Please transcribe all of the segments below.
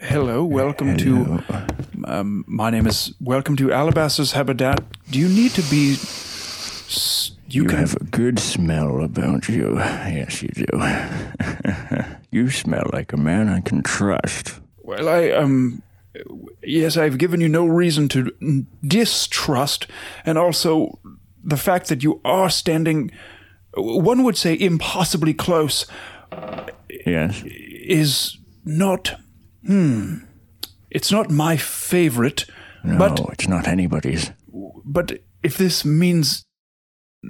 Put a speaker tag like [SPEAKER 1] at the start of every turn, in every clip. [SPEAKER 1] Hello, welcome to. Um, my name is. Welcome to Alabaster's Habitat. Do you need to be. s- You,
[SPEAKER 2] You
[SPEAKER 1] can.
[SPEAKER 2] have a good smell about you. Yes, you do. you smell like a man I can trust.
[SPEAKER 1] Well, I. um. Yes, I've given you no reason to n- distrust, and also the fact that you are standing. One would say impossibly close
[SPEAKER 2] Yes.
[SPEAKER 1] is not. Hmm. It's not my favorite, but
[SPEAKER 2] no, it's not anybody's.
[SPEAKER 1] But if this means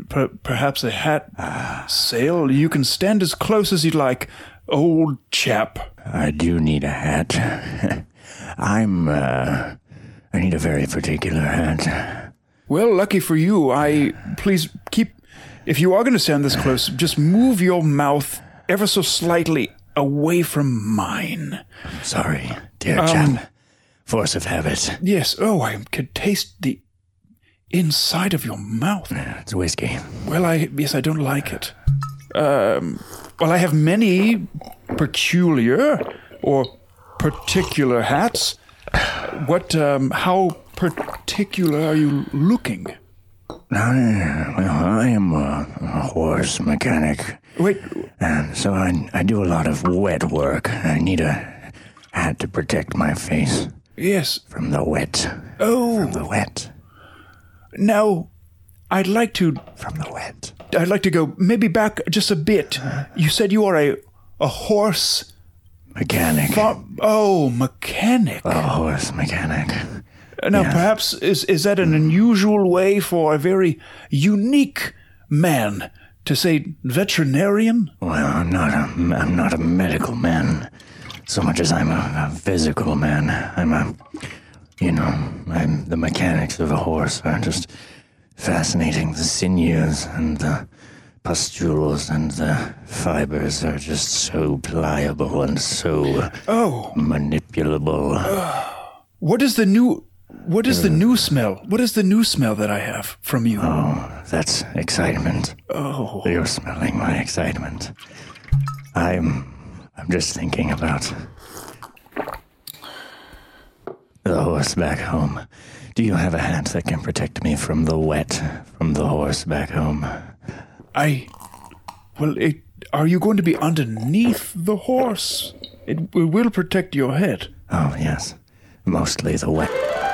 [SPEAKER 1] per- perhaps a hat sale, you can stand as close as you like, old chap.
[SPEAKER 2] I do need a hat. I'm, uh, I need a very particular hat.
[SPEAKER 1] Well, lucky for you, I please keep. If you are going to stand this close, just move your mouth ever so slightly away from mine.
[SPEAKER 2] Sorry, dear
[SPEAKER 1] Um,
[SPEAKER 2] chap. Force of habit.
[SPEAKER 1] Yes. Oh, I could taste the inside of your mouth.
[SPEAKER 2] It's whiskey.
[SPEAKER 1] Well, I yes, I don't like it. Um, well, I have many peculiar or particular hats. What? Um, how particular are you looking?
[SPEAKER 2] I, well, I am a, a horse mechanic,
[SPEAKER 1] Wait,
[SPEAKER 2] and Um, so I, I do a lot of wet work. I need a hat to protect my face.
[SPEAKER 1] yes.
[SPEAKER 2] From the wet.
[SPEAKER 1] Oh,
[SPEAKER 2] The wet.
[SPEAKER 1] now I'd like to.
[SPEAKER 2] From the wet.
[SPEAKER 1] I'd like to go maybe back just a bit. You said you are a a horse.
[SPEAKER 2] Mechanic.
[SPEAKER 1] Farm, oh, mechanic.
[SPEAKER 2] a horse mechanic.
[SPEAKER 1] Now, perhaps is is that an unusual way for a very unique man to say veterinarian?
[SPEAKER 2] Well, I'm not a, I'm not a medical man, so much as I'm a, a physical man. I'm a, you know, I'm the mechanics of a horse are just fascinating. The sinews and the pustules and the fibers are just so pliable and so
[SPEAKER 1] Oh,
[SPEAKER 2] manipulable.
[SPEAKER 1] what is the new? What is the new smell? What is the new smell that I have from you?
[SPEAKER 2] Oh, that's excitement.
[SPEAKER 1] Oh,
[SPEAKER 2] You're smelling my excitement. I'm. I'm just thinking about. The horse back home. Do you have a hat that can protect me from the wet from the horse back home?
[SPEAKER 1] I. Well, it, are you going to be underneath the horse? It, it will protect your head.
[SPEAKER 2] Oh, yes. Mostly the wet.